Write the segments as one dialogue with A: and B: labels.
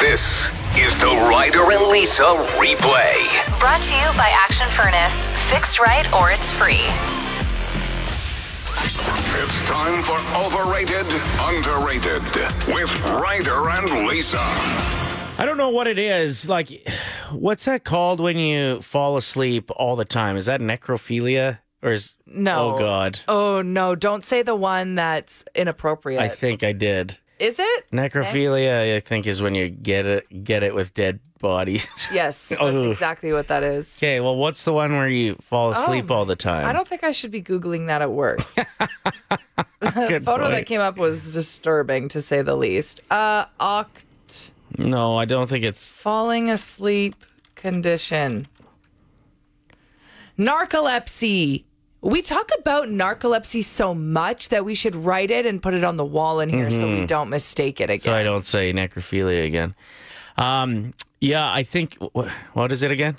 A: This is the Ryder and Lisa replay.
B: Brought to you by Action Furnace. Fixed right or it's free.
A: It's time for Overrated, Underrated with Ryder and Lisa.
C: I don't know what it is. Like, what's that called when you fall asleep all the time? Is that necrophilia? Or is.
D: No.
C: Oh, God.
D: Oh no, don't say the one that's inappropriate.
C: I think I did.
D: Is it?
C: Necrophilia, I think, is when you get it, get it with dead bodies.
D: Yes. That's
C: Oh.
D: exactly what that is.
C: okay, well, what's the one where you fall asleep
D: Oh,
C: all the time?
D: I don't think I should be googling that at work. the
C: Good
D: photo
C: point.
D: that came up was disturbing to say the least. Uh oct
C: No, I don't think it's.
D: falling asleep condition. Narcolepsy. We talk about narcolepsy so much that we should write it and put it on the wall in here so we don't mistake it again.
C: Mm-hmm. So I don't say necrophilia again. Um, yeah, I think. wh- What is it again?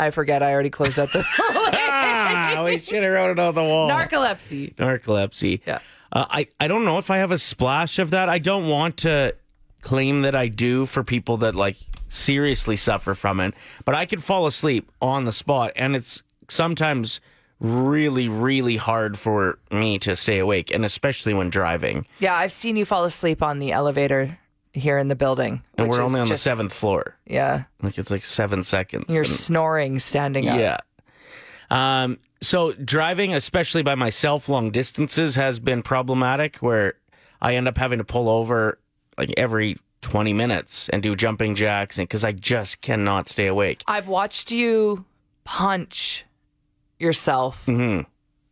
D: I forget. I already closed out the
C: ah, we should have wrote it on the wall.
D: narcolepsy.
C: narcolepsy.
D: Yeah.
C: Uh, I, I don't know if I have a splash of that. I don't want to claim that I do for people that like seriously suffer from it, but I could fall asleep on the spot and it's sometimes really, really hard for me to stay awake and especially when driving.
D: Yeah, I've seen you fall asleep on the elevator here in the building.
C: And
D: which
C: we're
D: is
C: only on
D: just-
C: the seventh floor.
D: Yeah,
C: Like it's like seven seconds.
D: you're
C: and-
D: snoring standing up.
C: Yeah. Um, so driving, especially by myself, long distances has been problematic where I end up having to pull over like every 20 minutes and do jumping jacks and because I just cannot stay awake.
D: I've watched you punch yourself
C: hmm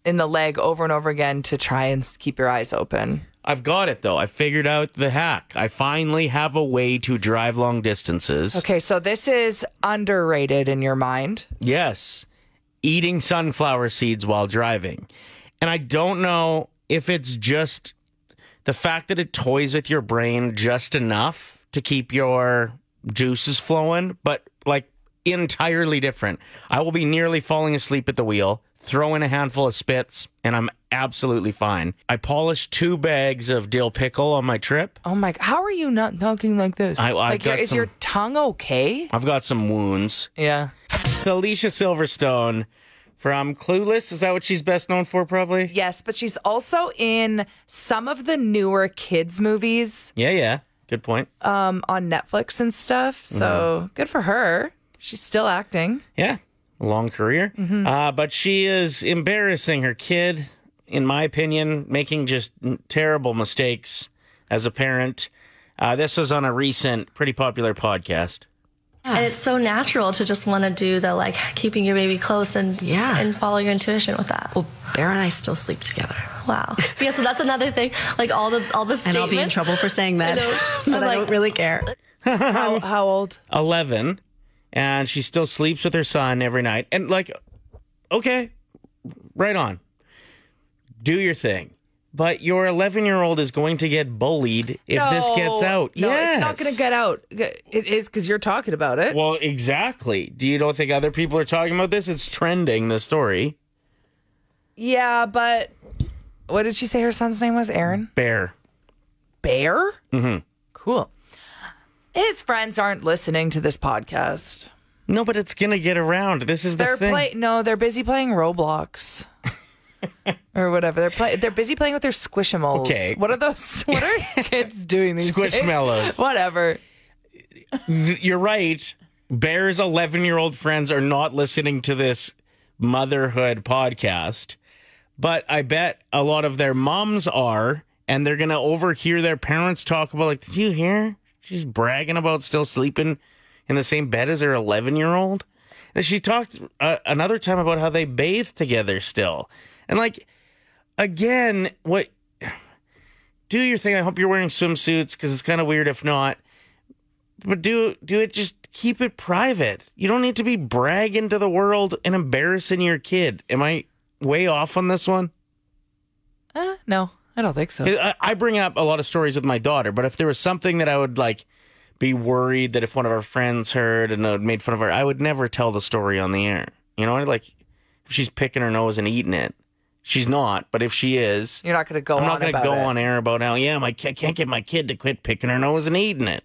D: in the leg over and over again to try and s- keep your eyes open.
C: I've got it though. I figured out the hack. I finally have a way to drive long distances.
D: Okay, so this is underrated in your mind.
C: Yes, eating sunflower seeds while driving. And I don't know if it's just the fact that it toys with your brain just enough to keep your juices flowing, but like entirely different. I will be nearly falling asleep at the wheel, throw in a handful of spits, and I'm absolutely fine. I polished two bags of dill pickle on my trip.
D: Oh my! How are you not talking like this?
C: I- I
D: like, your-
C: got
D: is your
C: some-
D: tongue okay?
C: I've got some wounds.
D: Yeah.
C: Alicia Silverstone from Clueless, is that what she's best known for, probably?
D: Yes, but she's also in some of the newer kids movies.
C: Yeah, yeah. Good point.
D: um, on Netflix and stuff. So
C: Mm-hmm.
D: good for her. She's still acting.
C: yeah. A long career.
D: Mm-hmm.
C: Uh, but she is embarrassing her kid, in my opinion, making just terrible mistakes as a parent. Uh, this was on a recent, pretty popular podcast.
E: And it's so natural to just want to do the like keeping your baby close and
F: Yeah.
E: and follow your intuition with that.
F: Bear and I still sleep together.
E: Wow. yeah, so that's another thing. Like all the all the
F: And
E: statements.
F: I'll be in trouble for saying that.
E: know.
F: but I
E: Like-
F: don't really care.
C: Uh-huh.
D: How, how old?
C: 11, and she still sleeps with her son every night. And, like, okay, right on. Do your thing. But your 11 year old is going to get bullied if this gets out.
D: No,
C: yes.
D: it's not going to get out. It is because you're talking about it.
C: Well, exactly. Do you don't think other people are talking about this? It's trending the story.
D: yeah, but what did she say her son's name was? Aaron?
C: Bear.
D: Bear? Mm-hmm. Cool. His friends aren't listening to this podcast.
C: No, but it's gonna get around. This is the
D: They're
C: thing.
D: play no, they're busy playing Roblox. or whatever. They're play they're busy playing with their squishmallows.
C: Okay.
D: What are those what are kids doing these days?
C: Squishmallows.
D: Whatever.
C: Th- You're right. Bear's 11 year old friends are not listening to this motherhood podcast, but I bet a lot of their moms are, and they're gonna overhear their parents talk about like, "Did you hear? She's bragging about still sleeping in the same bed as her 11 year old." And she talked uh, another time about how they bathe together still, and like again, what? Do your thing. I hope you're wearing swimsuits because it's kind of weird if not but do do it just keep it private you don't need to be bragging to the world and embarrassing your kid am i way off on this one
D: Uh, no, I don't think so.
C: 'Cause I, I bring up a lot of stories with my daughter but if there was something that i would like be worried that if one of our friends heard and uh, made fun of her i would never tell the story on the air you know like if she's picking her nose and eating it she's not but if she is
D: You're not going to go
C: i'm
D: on
C: not going to
D: about
C: go
D: it.
C: on air about how yeah my, i can't get my kid to quit picking her nose and eating it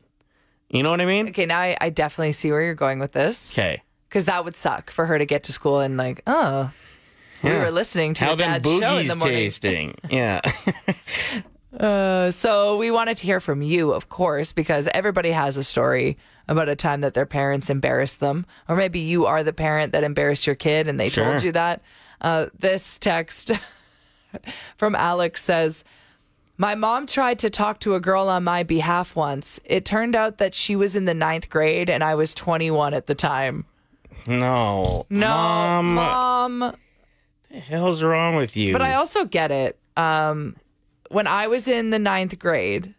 C: You know what I mean?
D: Okay, now I, I definitely see where you're going with this
C: Okay.
D: because that would suck for her to get to school and like, oh, we
C: Yeah.
D: were listening to
C: How
D: your
C: then
D: dad's show in the
C: boogies
D: morning.
C: tasting? Yeah.
D: Uh, so we wanted to hear from you, of course, because everybody has a story about a time that their parents embarrassed them, or maybe you are the parent that embarrassed your kid and they told
C: Sure.
D: you that. Uh, this text from Alex says. My mom tried to talk to a girl on my behalf once. It turned out that she was in the ninth grade and I was 21 at the time.
C: no.
D: No,
C: Mom,
D: mom.
C: the hell's wrong with you?
D: But I also get it. Um, when I was in the ninth grade,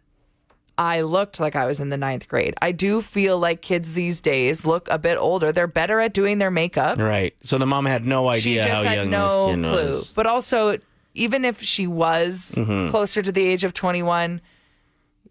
D: I looked like I was in the ninth grade. I do feel like kids these days look a bit older. They're better at doing their makeup.
C: Right. So the mom had no idea
D: She
C: how
D: just had
C: young
D: no
C: this kid
D: clue.
C: was. Mm-hmm.
D: But also, even if she was closer to the age of 21,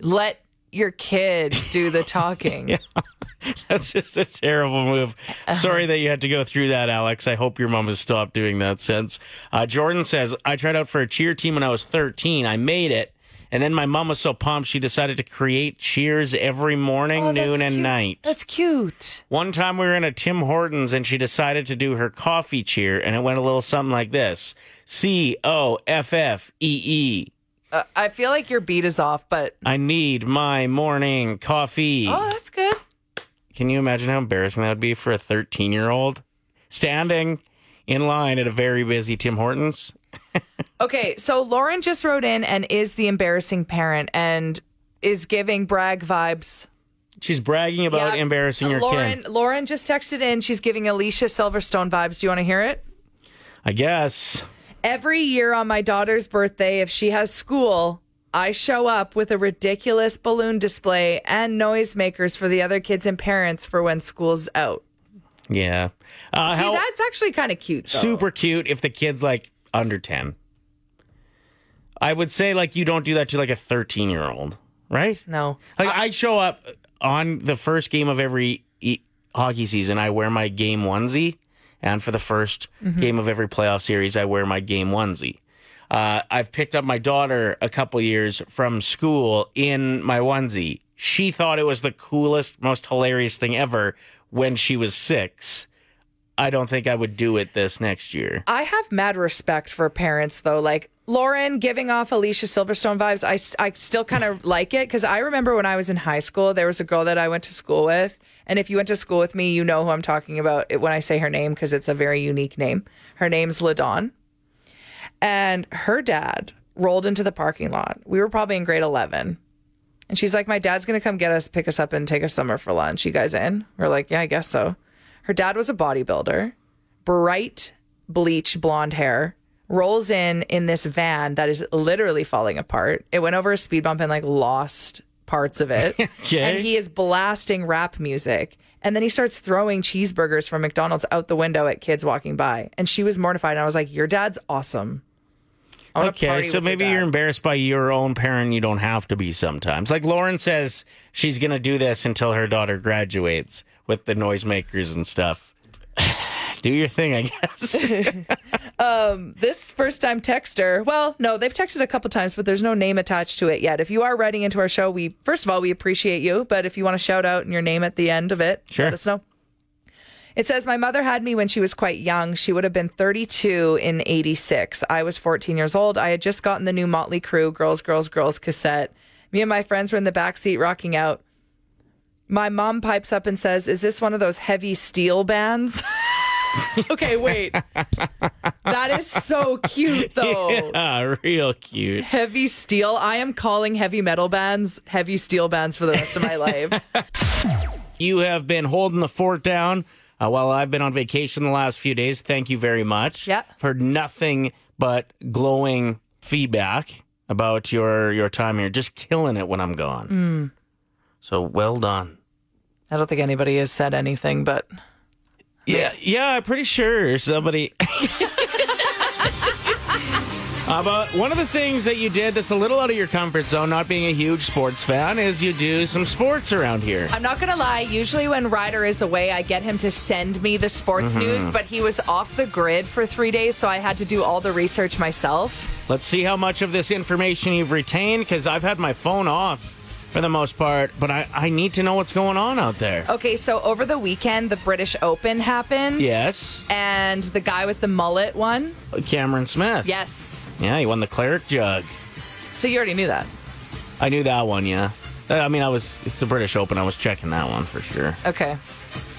D: let your kid do the talking.
C: That's just a terrible move.
D: Uh-huh.
C: Sorry that you had to go through that, Alex. I hope your mom has stopped doing that since. Uh, Jordan says, I tried out for a cheer team when I was 13. I made it. And then my mom was so pumped, she decided to create cheers every morning,
D: Oh, that's
C: noon, and
D: cute.
C: night.
D: That's cute.
C: One time we were in a Tim Hortons and she decided to do her coffee cheer, and it went a little something like this C O F F E E.
D: Uh, I feel like your beat is off, but
C: I need my morning coffee.
D: oh, that's good.
C: Can you imagine how embarrassing that would be for a 13 year old standing in line at a very busy Tim Hortons?
D: Okay, so Lauren just wrote in and is the embarrassing parent and is giving brag vibes.
C: She's bragging about
D: Yep.
C: embarrassing her
D: Lauren,
C: kid.
D: Lauren just texted in. She's giving Alicia Silverstone vibes. Do you want to hear it?
C: I guess.
D: Every year on my daughter's birthday, if she has school, I show up with a ridiculous balloon display and noisemakers for the other kids and parents for when school's out.
C: Yeah. Uh,
D: See,
C: how
D: that's actually kind of cute. Though.
C: super cute if the kid's like under 10. I would say like you don't do that to like a 13 year old, right?
D: No.
C: Like I show up on the first game of every e- hockey season. I wear my game onesie, and for the 1st game of every playoff series, I wear my game onesie. Uh, I've picked up my daughter a couple years from school in my onesie. She thought it was the coolest, most hilarious thing ever when she was six. I don't think I would do it this next year.
D: I have mad respect for parents though. Like Lauren giving off Alicia Silverstone vibes. I, st- I still kind of like it because I remember when I was in high school, there was a girl that I went to school with. And if you went to school with me, you know who I'm talking about it- when I say her name because it's a very unique name. Her name's LaDawn. And her dad rolled into the parking lot. We were probably in grade 11. And she's like, My dad's going to come get us, pick us up, and take us somewhere for lunch. You guys in? We're like, Yeah, I guess so. Her dad was a bodybuilder, bright bleach blonde hair, rolls in in this van that is literally falling apart. It went over a speed bump and like lost parts of it. And he is blasting rap music. And then he starts throwing cheeseburgers from McDonald's out the window at kids walking by. And she was mortified. And I was like, Your dad's awesome. I wanna
C: Okay,
D: party
C: so
D: with your
C: maybe
D: dad.
C: you're embarrassed by your own parent. You don't have to be sometimes. Like Lauren says, she's going to do this until her daughter graduates with the noisemakers and stuff. do your thing, I guess.
D: this first time texter, well, no, they've texted a couple times, but there's no name attached to it yet. If you are writing into our show, we first of all we appreciate you, but if you want to shout out and your name at the end of it,
C: Sure.
D: let us know. It says my mother had me when she was quite young. She would have been 32 in 86. I was 14 years old. I had just gotten the new Motley Crue Girls Girls Girls cassette. Me and my friends were in the back seat rocking out. My mom pipes up and says, "Is this one of those heavy steel bands?" okay, wait. That is so cute, though.
C: yeah, Ah, real cute.
D: Heavy steel. I am calling heavy metal bands heavy steel bands for the rest of my life.
C: You have been holding the fort down uh, while I've been on vacation the last few days. Thank you very much.
D: Yeah.
C: I've heard nothing but glowing feedback about your your time here. Just killing it when I'm gone.
D: Mm.
C: So well done.
D: I don't think anybody has said anything, but
C: Yeah, yeah, I'm pretty sure somebody. Uh, but one of the things that you did that's a little out of your comfort zone, not being a huge sports fan, is you do some sports around here.
D: I'm not going to lie. Usually, when Ryder is away, I get him to send me the sports news, but he was off the grid for three days, so I had to do all the research myself.
C: Let's see how much of this information you've retained because I've had my phone off for the most part, but I, I need to know what's going on out there.
D: Okay, so over the weekend, the British Open happened.
C: Yes,
D: And the guy with the mullet won.
C: Cameron Smith.
D: Yes.
C: Yeah, he won the claret jug.
D: So you already knew that.
C: I knew that one, yeah. Uh, I mean, I was, it's the British Open. I was checking that one for sure.
D: Okay.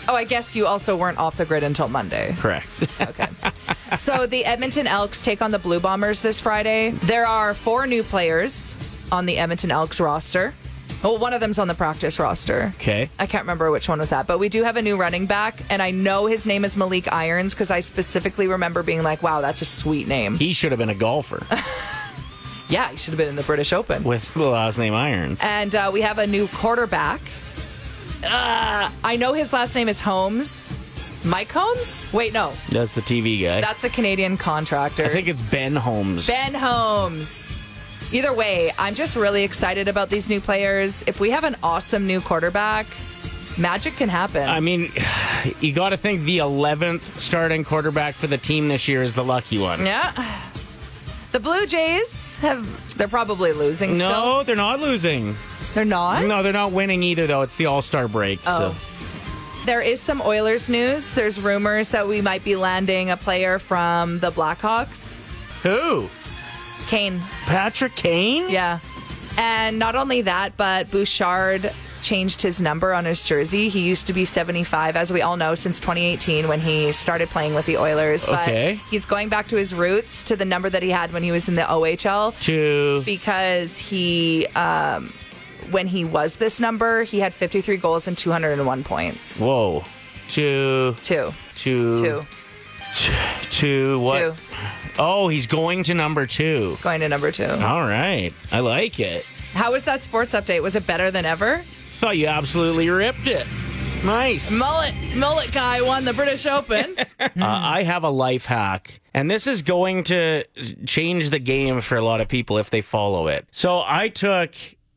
D: Oh, I guess you also weren't off the grid until Monday.
C: Correct.
D: Okay. so the Edmonton Elks take on the Blue Bombers this Friday. There are four new players on the Edmonton Elks roster. Well, one of them's on the practice roster.
C: okay.
D: I can't remember which one was that, but we do have a new running back, and I know his name is Malik Irons because I specifically remember being like, wow, that's a sweet name.
C: He should have been a golfer
D: Yeah, he should have been in the British Open.
C: with the last name Irons.
D: And uh, we have a new quarterback. Uh, I know his last name is Holmes. Mike Holmes? Wait, no.
C: That's the TV guy.
D: That's a Canadian contractor.
C: I think it's Ben Holmes.
D: Ben Holmes. Either way, I'm just really excited about these new players. If we have an awesome new quarterback, magic can happen.
C: I mean, you got to think the 11th starting quarterback for the team this year is the lucky one.
D: yeah. The Blue Jays have they're probably losing
C: No, they're not losing.
D: still. They're not.
C: No, they're not winning either, though. It's the All Star break.
D: Oh.
C: So.
D: There is some Oilers news. There's rumors that we might be landing a player from the Blackhawks.
C: Who?
D: Kane.
C: Patrick Kane?
D: Yeah. And not only that, but Bouchard changed his number on his jersey. He used to be 75, as we all know, since 2018 when he started playing with the Oilers. But
C: Okay.
D: he's going back to his roots, to the number that he had when he was in the OHL,
C: To.
D: because he, um, when he was this number, he had 53 goals and 201 points.
C: Whoa. To.
D: Two.
C: To.
D: Two.
C: To what?
D: Two.
C: Oh, he's going to number two.
D: Going to number two.
C: All right. I like it.
D: How was that sports update? Was it better than ever?
C: Thought you absolutely ripped it. Nice.
D: Mullet, mullet guy won the British Open.
C: Uh, I have a life hack, and this is going to change the game for a lot of people if they follow it. So I took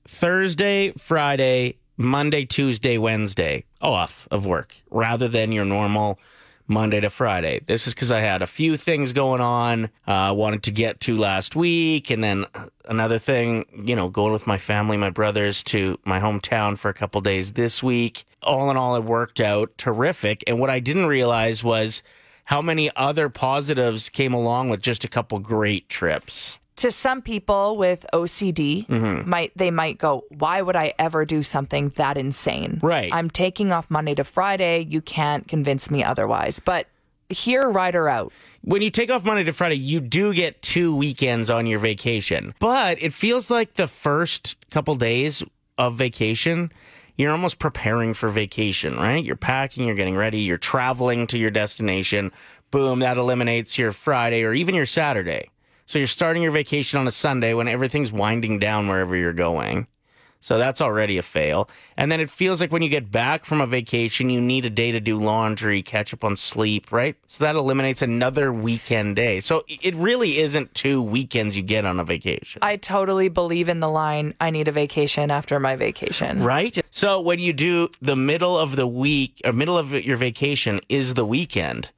C: Thursday, Friday, Monday, Tuesday, Wednesday off of work rather than your normal Monday to Friday. This is because I had a few things going on, uh, wanted to get to last week, and then uh, another thing, you know, going with my family, my brothers to my hometown for a couple days this week. All in all, it worked out terrific. And what I didn't realize was how many other positives came along with just a couple great trips.
D: to some people with OCD,
C: Mm-hmm.
D: might they might go, "Why would I ever do something that insane?"
C: Right.
D: I'm taking off Monday to Friday. You can't convince me otherwise. But here, rider out.
C: When you take off Monday to Friday, you do get two weekends on your vacation, but it feels like the first couple days of vacation, you're almost preparing for vacation, right? You're packing, you're getting ready, you're traveling to your destination. Boom, that eliminates your Friday or even your Saturday. So you're starting your vacation on a Sunday when everything's winding down wherever you're going. So that's already a fail. And then it feels like when you get back from a vacation, you need a day to do laundry, catch up on sleep, right? So that eliminates another weekend day. So it really isn't two weekends you get on a vacation.
D: I totally believe in the line. I need a vacation after my vacation.
C: Right? So when you do the middle of the week or middle of your vacation is the weekend.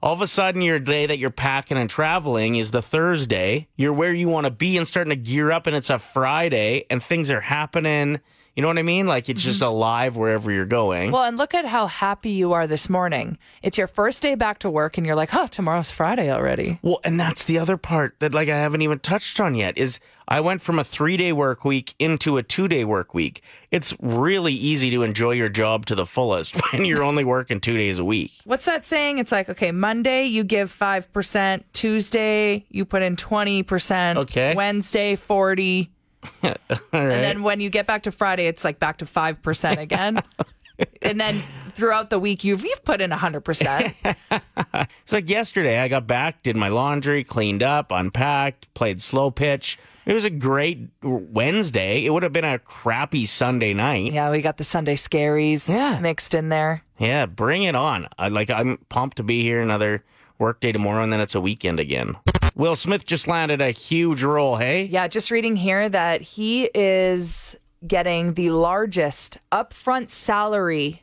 C: All of a sudden, your day that you're packing and traveling is the Thursday. You're where you want to be and starting to gear up, and it's a Friday, and things are happening. You know what I mean? Like it's just alive wherever you're going.
D: Well, and look at how happy you are this morning. It's your first day back to work, and you're like, "Oh, tomorrow's Friday already."
C: Well, and that's the other part that like I haven't even touched on yet is I went from a 3-day work week into a 2-day work week. It's really easy to enjoy your job to the fullest when you're only working 2 days a week.
D: What's that saying? It's like, okay, Monday you give 5%, Tuesday you put in 20%,
C: Okay.
D: Wednesday 40,
C: All right.
D: and then when you get back to Friday it's like back to 5% again. and then throughout the week you've you've put in 100%.
C: it's like yesterday I got back, did my laundry, cleaned up, unpacked, played slow pitch. It was a great Wednesday. It would have been a crappy Sunday night.
D: yeah, we got the Sunday scaries
C: Yeah.
D: mixed in there.
C: Yeah, bring it on. I like I'm pumped to be here another workday tomorrow and then it's a weekend again. Will Smith just landed a huge role, hey?
D: Yeah, just reading here that he is getting the largest upfront salary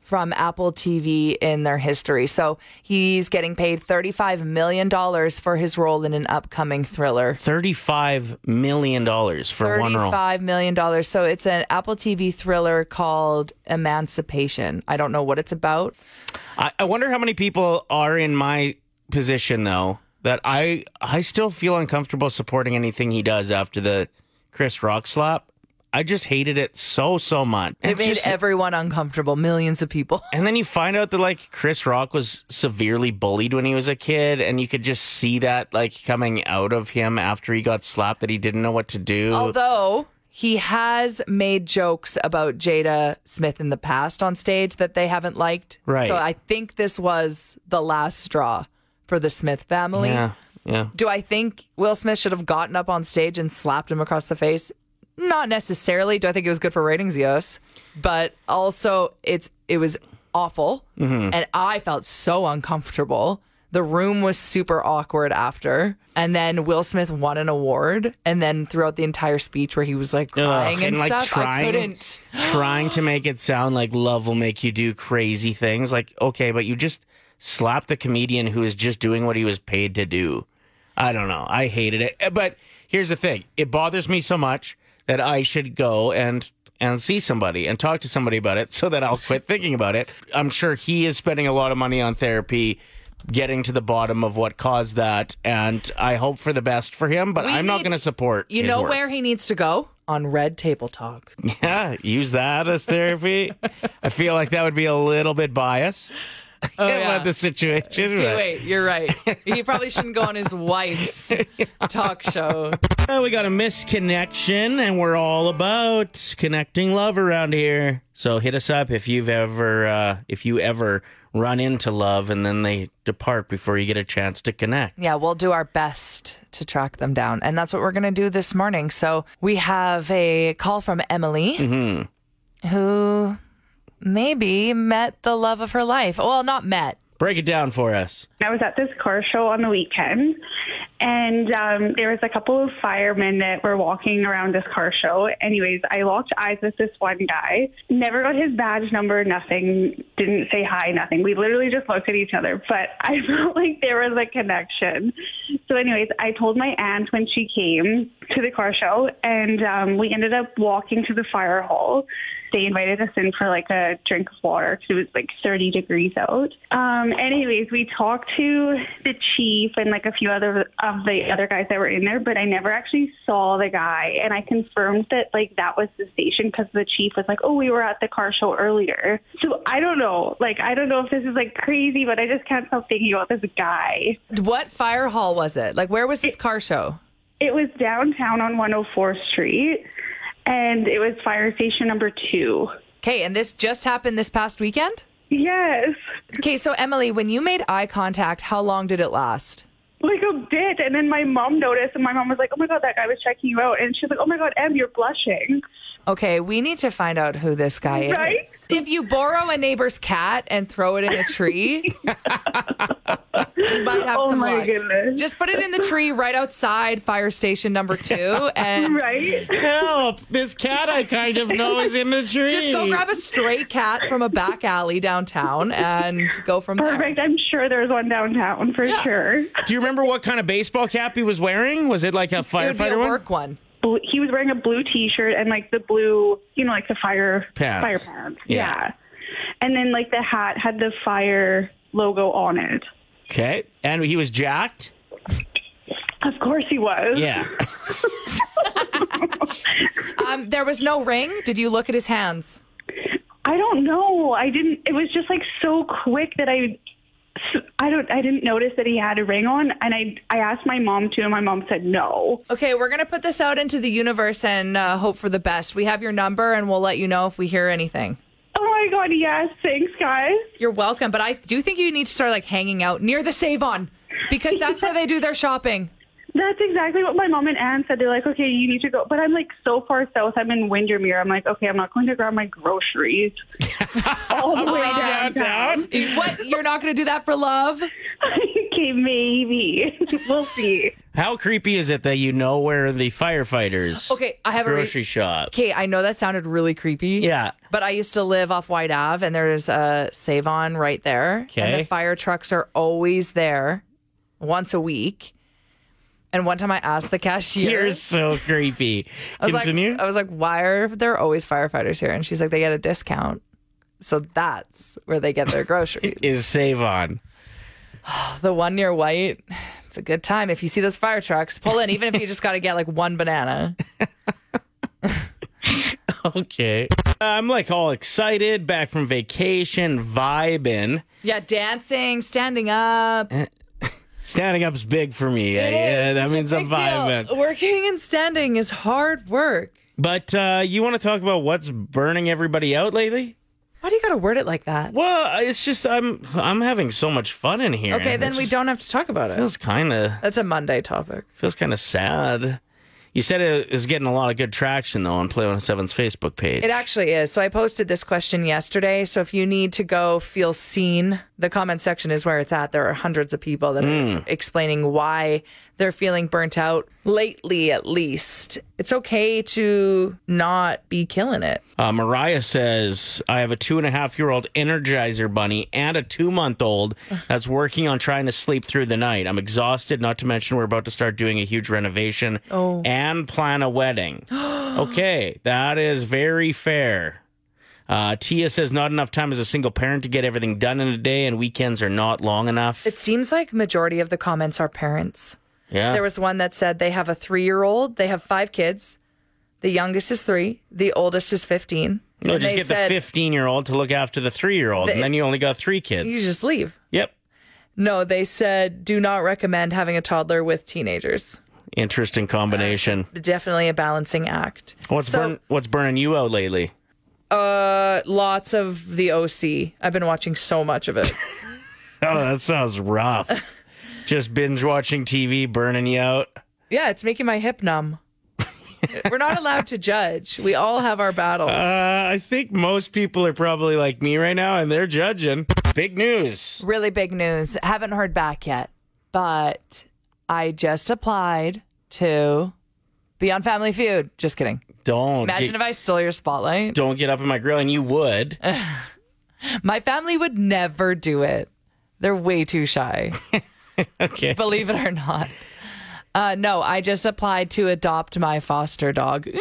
D: from Apple TV in their history. So he's getting paid $35 million for his role in an upcoming thriller.
C: Thirty-five million dollars for one role.
D: $35 million. So it's an Apple TV thriller called Emancipation. I don't know what it's about.
C: I, I wonder how many people are in my position though that I I still feel uncomfortable supporting anything he does after the Chris Rock slap. I just hated it so so much.
D: It made
C: just-
D: everyone uncomfortable, millions of people.
C: And then you find out that like Chris Rock was severely bullied when he was a kid, and you could just see that like coming out of him after he got slapped that he didn't know what to do.
D: Although he has made jokes about Jada Smith in the past on stage that they haven't liked.
C: Right.
D: So I think this was the last straw for the Smith family.
C: yeah, yeah.
D: Do I think Will Smith should have gotten up on stage and slapped him across the face? Not necessarily. Do I think it was good for ratings? Yes. But also it's it was awful and I felt so uncomfortable. The room was super awkward after. And then Will Smith won an award and then throughout the entire speech where he was like
C: Ugh,
D: crying and, stuff, I couldn't.
C: trying to make it sound like love will make you do crazy things. Like, okay, but you just slapped a comedian who is just doing what he was paid to do. I don't know. I hated it. Uh, But here's the thing: it bothers me so much that I should go and and see somebody and talk to somebody about it so that I'll quit thinking about it. I'm sure he is spending a lot of money on therapy. Getting to the bottom of what caused that, and I hope for the best for him, but
D: We
C: I'm not
D: need-
C: going to support.
D: You
C: his
D: know
C: work.
D: where he needs to go? On Red Table Talk.
C: Yeah, use that as therapy. I feel like that would be a little bit biased. Oh,
D: yeah.
C: the situation.
D: Okay,
C: but-
D: wait, you're right. He probably shouldn't go on his wife's talk show.
C: Uh, we got a misconnection, and we're all about connecting love around here. So hit us up if you've ever, uh, if you ever run into love and then they depart before you get a chance to connect.
D: Yeah, we'll do our best to track them down. And that's what we're going to do this morning. So we have a call from Emily, who maybe met the love of her life. Well, not met.
C: Break it down for us.
G: I was at this car show on the weekend, and um, there was a couple of firemen that were walking around this car show. Anyways, I locked eyes with this one guy. Never got his badge number, nothing. Didn't say hi, nothing. We literally just looked at each other, but I felt like there was a connection. So, anyways, I told my aunt when she came to the car show, and um, we ended up walking to the fire hall they invited us in for like a drink of water 'cause it was like 30 degrees out. Um, anyways, we talked to the chief and like a few other of the other guys that were in there, but I never actually saw the guy. And I confirmed that like that was the station because the chief was like, oh, we were at the car show earlier. So I don't know. Like, I don't know if this is like crazy, but I just can't stop thinking about this guy.
D: What fire hall was it? Like, where was this car show?
G: It was downtown on 104th Street and it was fire station number two.
D: Okay, and this just happened this past weekend?
G: Yes.
D: Okay, so Emily, when you made eye contact, how long did it last?
G: like a bit. And then my mom noticed, and my mom was like, "Oh my god, that guy was checking you out." And she's like, "Oh my god, Em, you're blushing."
D: Okay, we need to find out who this guy
G: Right?
D: is. If you borrow a neighbor's cat and throw it in a tree, you might have
G: Oh
D: some
G: my
D: luck.
G: goodness.
D: Just put it in the tree right outside fire station number two, and
G: Right?
C: Help! This cat I kind of know is in the tree.
D: just go grab a stray cat from a back alley downtown and go from there.
G: Perfect. I'm sure there's one downtown for sure.
C: Do you remember what kind of baseball cap he was wearing? Was it like a
D: It would be a
C: firefighter one?
D: work one.
G: Blue, he was wearing a blue T-shirt and like the blue, you know, like the fire
C: Pants.
G: fire pants.
C: Yeah.
G: yeah. And then like the hat had the fire logo on it.
C: Okay, and he was jacked.
G: Of course he was.
C: Yeah.
D: Um, there was no ring. Did you look at his hands?
G: I don't know. I didn't. It was just like so quick that I, I don't. I didn't notice that he had a ring on, and I I asked my mom to, and my mom said no.
D: Okay, we're gonna put this out into the universe and uh, hope for the best. We have your number, and we'll let you know if we hear anything.
G: Oh my god, yes, thanks guys.
D: You're welcome, but I do think you need to start like hanging out near the Save On because that's where they do their shopping.
G: That's exactly what my mom and Ann said. They're like, okay, you need to go. But I'm like so far south. I'm in Windermere. I'm like, okay, I'm not going to grab my groceries all the way downtown.
D: What? You're not going to do that for love?
G: okay, maybe. we'll see.
C: How creepy is it that you know where the firefighters?
D: Okay, I have a re-
C: grocery shop.
D: Okay, I know that sounded really creepy.
C: Yeah.
D: But I used to live off White Ave, and there's a Save On right there. And
C: Okay.
D: the fire trucks are always there once a week. And one time I asked the cashier.
C: You're so creepy.
D: I was
C: Continue.
D: like, uh, I was like, why are there always firefighters here? And she's like, they get a discount. So that's where they get their groceries.
C: is save on.
D: the one near White, it's a good time. If you see those fire trucks, pull in, even if you just got to get like one banana.
C: Okay. I'm like all excited, back from vacation, vibing.
D: Yeah, dancing, standing up.
C: Standing up's big for me. Yeah, yeah, that means I'm
D: Big deal.
C: vibing.
D: Working and standing is hard work.
C: But uh, you want to talk about what's burning everybody out lately?
D: Why do you got to word it like that?
C: Well, it's just I'm I'm having so much fun in here.
D: Okay,
C: and
D: then
C: it
D: we
C: just
D: don't have to talk about it.
C: Feels kind of
D: That's a Monday topic.
C: feels kind of sad. You said it is getting a lot of good traction though on Play One Seven's Facebook page.
D: It actually is. So I posted this question yesterday. So if you need to go feel seen, the comment section is where it's at. There are hundreds of people that
C: Hmm.
D: are explaining why they're feeling burnt out lately, at least. It's okay to not be killing it.
C: Uh, Mariah says, I have a two and a half year old Energizer bunny and a two month old that's working on trying to sleep through the night. I'm exhausted, not to mention we're about to start doing a huge renovation and plan a wedding. okay, that is very fair. Uh, Tia says, not enough time as a single parent to get everything done in a day, and weekends are not long enough.
D: It seems like majority of the comments are parents.
C: yeah.
D: There was one that said they have a three year old, they have five kids. The youngest is three, the oldest is 15.
C: no,
D: And
C: just
D: they
C: get
D: said,
C: the 15 year old to look after the three year old, and then you only got three kids.
D: You just leave.
C: yep.
D: No, they said do not recommend having a toddler with teenagers.
C: Interesting combination.
D: definitely a balancing act.
C: What's
D: so,
C: burn, what's burning you out lately?
D: uh, lots of the OC. I've been watching so much of it.
C: Oh, that sounds rough. Just binge watching TV, burning you out.
D: yeah, it's making my hip numb. We're not allowed to judge. We all have our battles.
C: Uh, I think most people are probably like me right now, and they're judging. Big news.
D: really big news. Haven't heard back yet, but I just applied to be on Family Feud. Just kidding.
C: Don't
D: Imagine
C: get,
D: if I stole your spotlight.
C: don't get up in my grill, and you would.
D: My family would never do it. They're way too shy.
C: Okay.
D: believe it or not. Uh, no, I just applied to adopt my foster dog. Mm,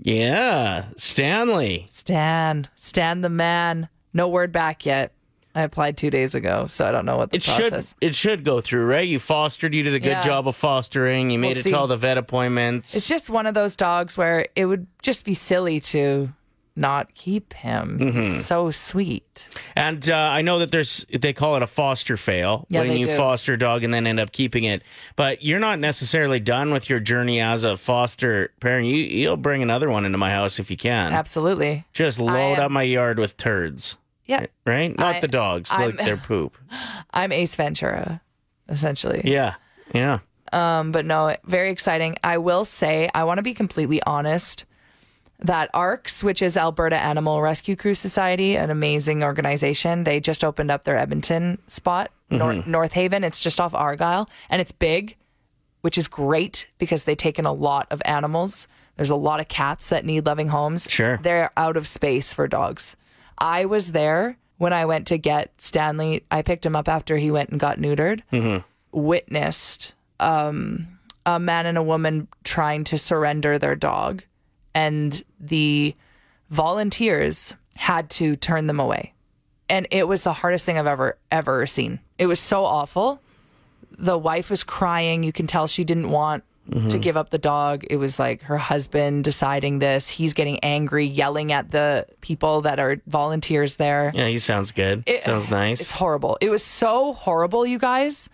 C: Yeah, Stanley.
D: Stan, Stan the man. No word back yet. I applied two days ago, so I don't know what the
C: It
D: process.
C: should it should go through, right? You fostered. You did a good
D: Yeah.
C: job of fostering. You made
D: We'll
C: it
D: see.
C: to all the vet appointments.
D: It's just one of those dogs where it would just be silly to not keep him.
C: Mm-hmm.
D: He's so sweet.
C: And uh, I know that there's they call it a foster fail
D: Yeah,
C: when
D: they
C: you
D: do.
C: foster a dog and then end up keeping it. But you're not necessarily done with your journey as a foster parent. You you'll bring another one into my house if you can.
D: Absolutely.
C: Just load
D: am-
C: up my yard with turds,
D: Yeah.
C: right? Not
D: I-
C: the dogs,
D: I'm-
C: like their poop.
D: I'm Ace Ventura, essentially.
C: Yeah, yeah.
D: Um, but no, very exciting. I will say, I want to be completely honest that ARCS, which is Alberta Animal Rescue Crew Society, an amazing organization, they just opened up their Edmonton spot, Nor- North Haven. It's just off Argyle and it's big, which is great because they take in a lot of animals. There's a lot of cats that need loving homes.
C: Sure.
D: They're out of space for dogs. I was there when I went to get Stanley. I picked him up after he went and got neutered witnessed um, a man and a woman trying to surrender their dog, and the volunteers had to turn them away. And it was the hardest thing I've ever, ever seen. It was so awful. The wife was crying. You can tell she didn't want to give up the dog. It was like her husband deciding this. He's getting angry, yelling at the people that are volunteers there.
C: Yeah, he sounds good.
D: It-
C: sounds
D: It's
C: nice.
D: horrible. It was so horrible, you guys.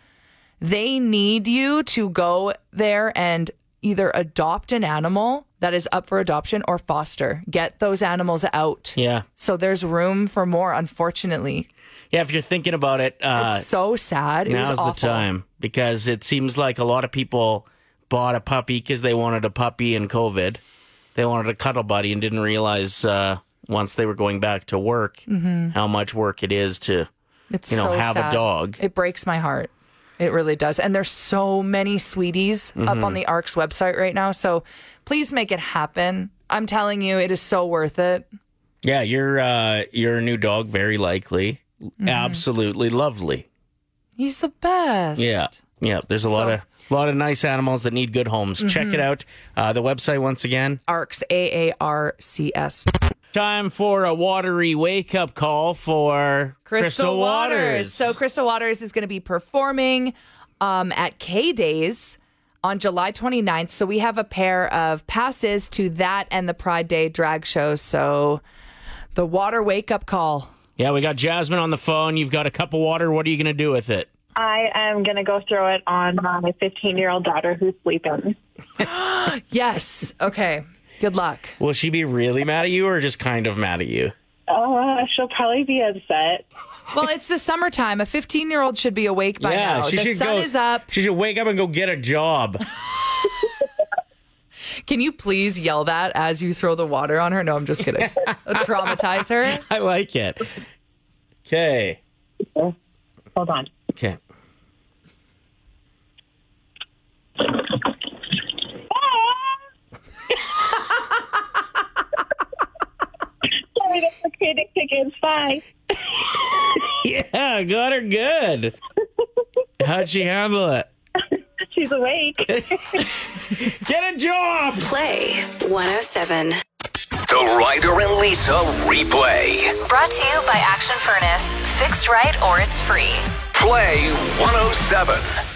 D: They need you to go there and either adopt an animal that is up for adoption or foster. Get those animals out.
C: Yeah.
D: So there's room for more, unfortunately.
C: Yeah, if you're thinking about it, uh,
D: so sad. It was
C: now's
D: awful.
C: the time because it seems like a lot of people bought a puppy because they wanted a puppy in COVID. They wanted a cuddle buddy and
D: Mm-hmm.
C: didn't realize uh, once they were going back to work how much work it is to
D: It's
C: you know,
D: so
C: have
D: sad.
C: a dog.
D: It breaks my heart. It really does. And there's so many sweeties
C: Mm-hmm.
D: up on the ARC's website right now. So please make it happen. I'm telling you, it is so worth it.
C: Yeah, your uh, your new dog very likely,
D: Mm-hmm.
C: absolutely lovely.
D: He's the best.
C: Yeah, yeah. There's a lot
D: So- Mm-hmm.
C: of lot of nice animals that need good homes. Check it out. Uh, the website once again.
D: ARCS, A A R C S.
C: Time for a watery wake up call for
D: Crystal, Waters.
C: Waters.
D: So Crystal Waters is going to be performing um, at K Days on July 29th. So we have a pair of passes to that and the Pride Day drag show. So the water wake up call.
C: yeah, we got Jasmine on the phone. You've got a cup of water. What are you going to do with it?
H: I am going to go throw it on my 15 year old daughter who's sleeping.
D: Yes. Okay. Good luck.
C: Will she be really mad at you, or just kind of mad at you?
H: Uh, she'll probably be upset.
D: Well, it's the summertime. A 15 year old should be awake by
C: yeah,
D: now.
C: she
D: the
C: should
D: sun
C: go.
D: is up.
C: She should wake up and go get a job.
D: Can you please yell that as you throw the water on her? No, I'm just kidding. Traumatize her.
C: I like it. Okay.
H: Hold on.
C: Okay.
H: Sorry, that's the panic tickets. Bye.
C: Yeah, got her good. How'd she handle it?
H: She's awake.
C: Get a job.
B: Play 107.
A: The Ryder and Lisa replay.
B: Brought to you by Action Furnace. Fixed right or it's free.
A: oh Play 107.